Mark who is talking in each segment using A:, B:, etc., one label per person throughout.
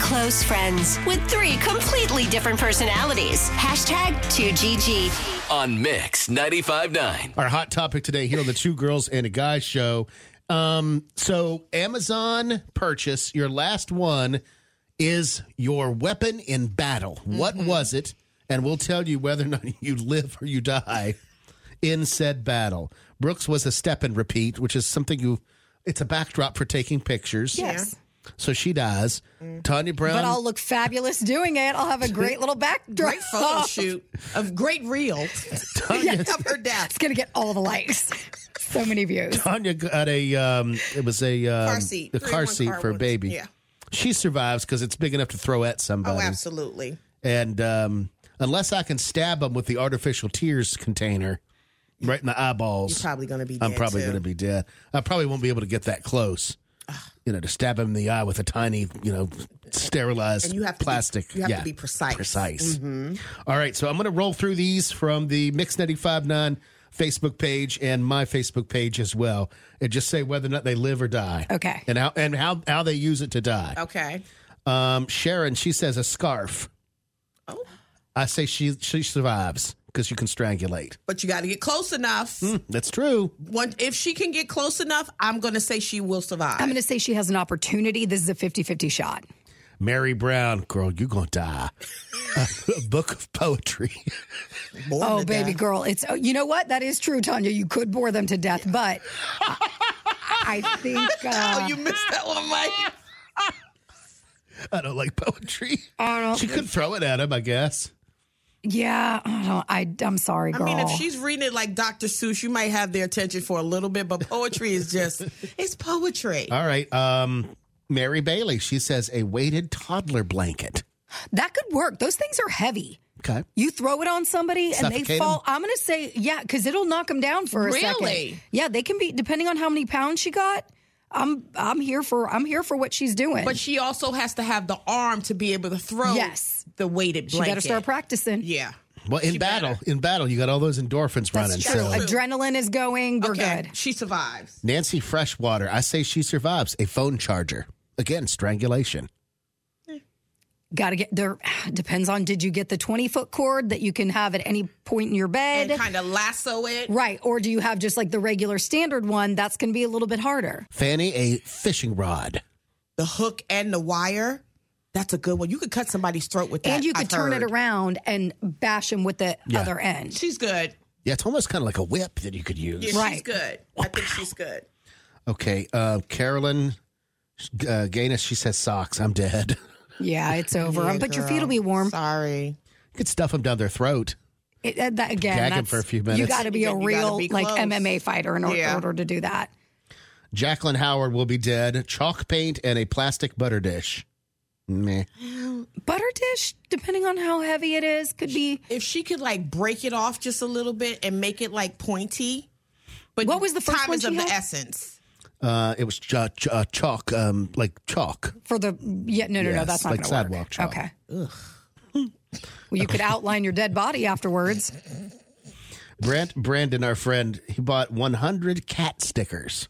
A: close friends with three completely different personalities. Hashtag 2GG.
B: on Mix 95.9.
C: Our hot topic today here on the Two Girls and a Guy show. Um, so Amazon purchase, your last one is your weapon in battle. What
D: Mm-hmm.
C: was it? And we'll tell you whether or not you live or you die in said battle. Brooks was a step and repeat, which is something you it's a backdrop for taking pictures.
E: Yes.
C: So she dies.
D: Mm.
C: Tanya Brown
E: But I'll look fabulous doing it. I'll have a great little backdrop.
D: Um, Great photo shoot of great reel of her
E: It's
D: death.
E: going to get all the likes. so many views.
C: Tanya got a um, it was a um,
D: Car seat.
C: the
D: Three in
C: car
D: one
C: seat
D: car
C: for a
D: ones.
C: baby.
D: Yeah.
C: She survives because it's big enough to throw at somebody.
D: Oh, absolutely.
C: And um, unless I can stab them with the artificial tears container right in the eyeballs,
D: You're probably going to be.
C: I'm
D: dead,
C: probably
D: too.
C: going to be dead. I probably won't be able to get that close. You know, to stab him in the eye with a tiny, you know, sterilized
D: And you have to be-
C: plastic.
D: you have to
C: yeah,
D: be precise. Mm-hmm.
C: Precise. All right, so I'm going to roll through these from the Mix 95.9 Facebook page and my Facebook page as well, and just say whether or not they live or die.
E: Okay.
C: And how and how how they use it to die.
D: Okay.
C: Um, Sharon, she says a scarf.
D: Oh,
C: I say she she survives because you can strangulate.
D: but you got to get close enough.
C: That's true.
D: One, if she can get close enough, I'm going to say she will survive.
E: I'm going to say she has an opportunity. This is a 50 50 shot.
C: Mary Brown, girl, you gonna die. a book of poetry.
D: Born
E: Oh,
D: to
E: baby
D: death.
E: girl. It's, oh, you know what? That is true, Tanya. You could bore them to death, but I think, uh,
D: Oh, you missed that one, Mike.
C: I don't like poetry.
E: I don't
C: She could throw it at him, I guess.
E: yeah, I don't, I, I'm sorry,
D: I
E: girl.
D: mean, if she's reading it like Dr. Seuss, you might have their attention for a little bit, but poetry is just, it's poetry.
C: All right. Um, Mary Bailey, she says a weighted toddler blanket.
E: that could work. Those things are heavy.
C: Okay.
E: You throw it on somebody and
C: Suffocate
E: they fall. I'm going to say, yeah, because it'll knock them down for a second.
D: Really?
E: Yeah, they can be depending on how many pounds she got. I'm I'm here for I'm here for what she's doing.
D: But she also has to have the arm to be able to throw
E: Yes.
D: the weighted
E: she
D: blanket.
E: got to start practicing.
D: Yeah.
C: Well, in battle, in battle, you got all those endorphins running.
E: That's true.
C: So,
E: Adrenaline is going. We're
D: Okay.
E: good.
D: She survives.
C: Nancy Freshwater, I say she survives a phone charger. Again, strangulation.
E: Got to get there. Depends on did you get the 20 foot cord that you can have at any point in your bed.
D: And kind of lasso it.
E: Right. Or do you have just like the regular standard one? That's going to be a little bit harder.
C: Fanny, a fishing rod.
D: The hook and the wire. That's a good one. You could cut somebody's throat with that.
E: And you
D: I've
E: could turn
D: heard.
E: it around and bash him with the other end.
D: She's good.
C: Yeah, it's almost kind of like a whip that you could use.
D: Yeah,
E: Right.
D: She's good. I think she's good.
C: Okay, uh, Carolyn uh, Gaines, she says socks. I'm dead.
E: Yeah, it's over.
D: Yeah,
E: Um, but your
D: girl.
E: feet will be warm.
D: Sorry.
C: You could stuff them down their throat.
E: It, uh, that, again,
C: Gag 'em
E: that's-
C: for a few
E: You
C: minutes.
E: got to be a
D: You gotta
E: real
D: be
E: like
D: close.
E: MMA fighter in or-
D: Yeah.
E: order to do that.
C: Jacqueline Howard will be dead. Chalk paint and a plastic butter dish. Meh.
E: Butter dish, depending on how heavy it is, could be.
D: If she could like break it off just a little bit and make it like pointy. But
E: What was the first
D: time
E: one
D: is
E: she
D: of the
E: had?
D: essence.
C: Uh, it was ch- ch- uh, chalk, um, like chalk.
E: For the yeah, no, no, no,
C: Yes,
E: that's not
C: like
E: gonna
C: sidewalk
E: work.
C: chalk.
E: Okay. Ugh. well, you could outline your dead body afterwards.
C: Brent Brandon, our friend, he bought 100 cat stickers.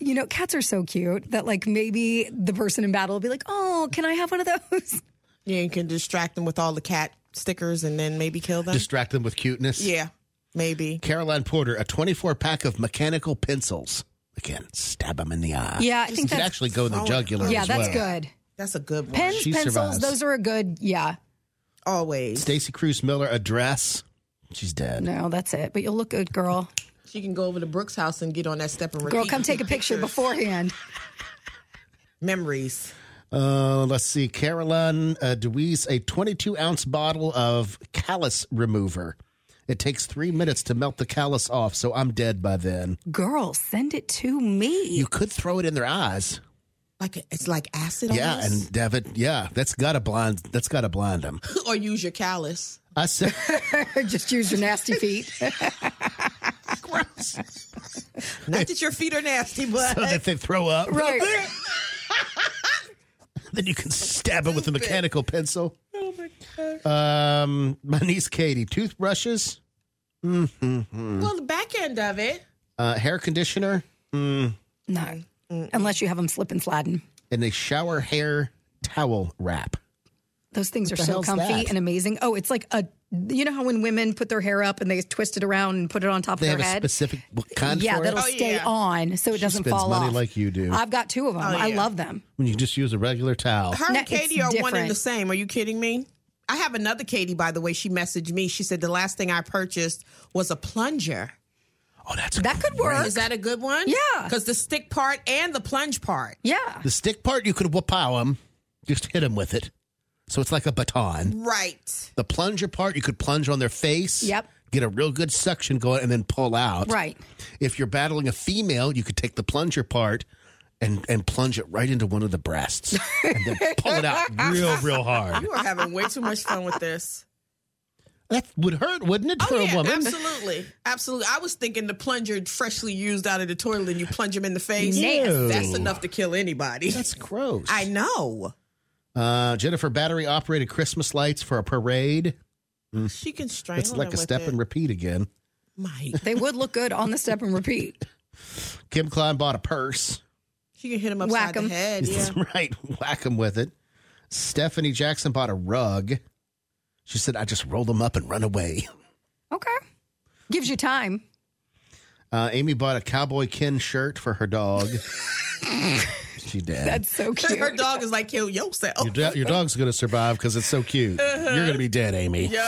E: You know, cats are so cute that like maybe the person in battle will be like, "Oh, can I have one of those?"
D: Yeah, you can distract them with all the cat stickers and then maybe kill them.
C: Distract them with cuteness.
D: yeah, maybe.
C: Caroline Porter, a 24 pack of mechanical pencils. Again, stab him in the eye.
E: Yeah, I
C: You
E: think
C: could
E: that's
C: actually go in the
D: Oh,
C: jugular.
E: yeah,
C: as
E: that's
C: well.
E: good.
D: That's a good one.
E: Pens,
C: She
E: pencils,
C: survives.
E: those are a good. Yeah,
D: Always.
C: Stacy Cruz Miller, a dress. She's dead.
E: no, that's it. But you'll look good, girl.
D: She can go over to Brooke's house and get on that step and repeat.
E: Girl, come take a picture beforehand.
D: Memories.
C: Uh, let's see. Caroline uh, Deweese, a 22 ounce bottle of callus remover. It takes three minutes to melt the callus off, so I'm dead by then.
E: Girl, send it to me.
C: You could throw it in their eyes.
D: Like it's like acid.
C: Yeah,
D: almost.
C: and David, yeah, that's gotta blind. That's gotta blind them.
D: or use your callus.
C: I said,
E: Just use your nasty feet.
D: Not that your feet are nasty, but
C: so that they throw up.
E: right.
C: Then you can stab it with a mechanical pencil. Oh my god. Um, my niece Katie, toothbrushes,
D: well, the back end of it.
C: uh, hair conditioner.
E: No. Unless you have them slip and sliding.
C: and a shower hair towel wrap.
E: Those things are
C: the
E: so
C: hell's
E: comfy
C: that?
E: and amazing. Oh, it's like a you know how when women put their hair up and they twist it around and put it on top
C: They
E: of
C: have
E: their
C: a
E: head.
C: specific kind
E: yeah,
C: for it.
E: that'll
D: Oh,
E: stay
D: yeah. Oh,
E: on so it doesn't
C: spends
E: fall
C: money
E: off.
C: like you do.
E: I've got two of them. I
D: yeah.
E: love them.
C: when you just use a regular towel.
D: Her
E: No,
D: and Katie
E: it's
D: are one and the
E: different.
D: same. Are you kidding me? I have another Katie, by the way. She messaged me. She said the last thing I purchased was a plunger.
C: Oh, that's
E: That could work.
D: Is that a good one?
E: Yeah.
D: Because the stick part and the plunge part.
E: Yeah.
C: the stick part. You could wapow him, just hit him with it. So it's like a baton.
D: Right.
C: The plunger part, you could plunge on their face.
E: Yep.
C: Get a real good suction going, and then pull out.
E: Right.
C: If you're battling a female, you could take the plunger part and and plunge it right into one of the breasts, and then pull it out real, real hard.
D: You are having way too much fun with this. Oh,
C: That would hurt, wouldn't
E: Oh,
C: it, for
D: yeah,
C: a woman?
D: absolutely. Absolutely. I was thinking the plunger freshly used out of the toilet and you plunge them in the face.
C: Ew.
D: That's enough to kill anybody.
C: That's gross.
D: I know.
C: uh, Jennifer, battery operated Christmas lights for a parade.
D: She can strangle
C: It's like
D: them
C: a
D: with
C: step
D: it.
C: and repeat again.
D: Mike.
E: They would look good on the step and repeat.
C: Kim Klein bought a purse.
D: She can hit him upside
E: Whack
D: the
E: 'em.
D: head. Yeah.
C: right. Whack him with it. Stephanie Jackson bought a rug. She said, I just roll them up and run away.
E: Okay. Gives you time.
C: Uh, Amy bought a Cowboy Ken shirt for her dog. she did.
E: That's so cute.
D: Her dog is like, kill yourself. Uh-huh.
C: your, do- your dog's going to survive because it's so cute. You're going to be dead, Amy.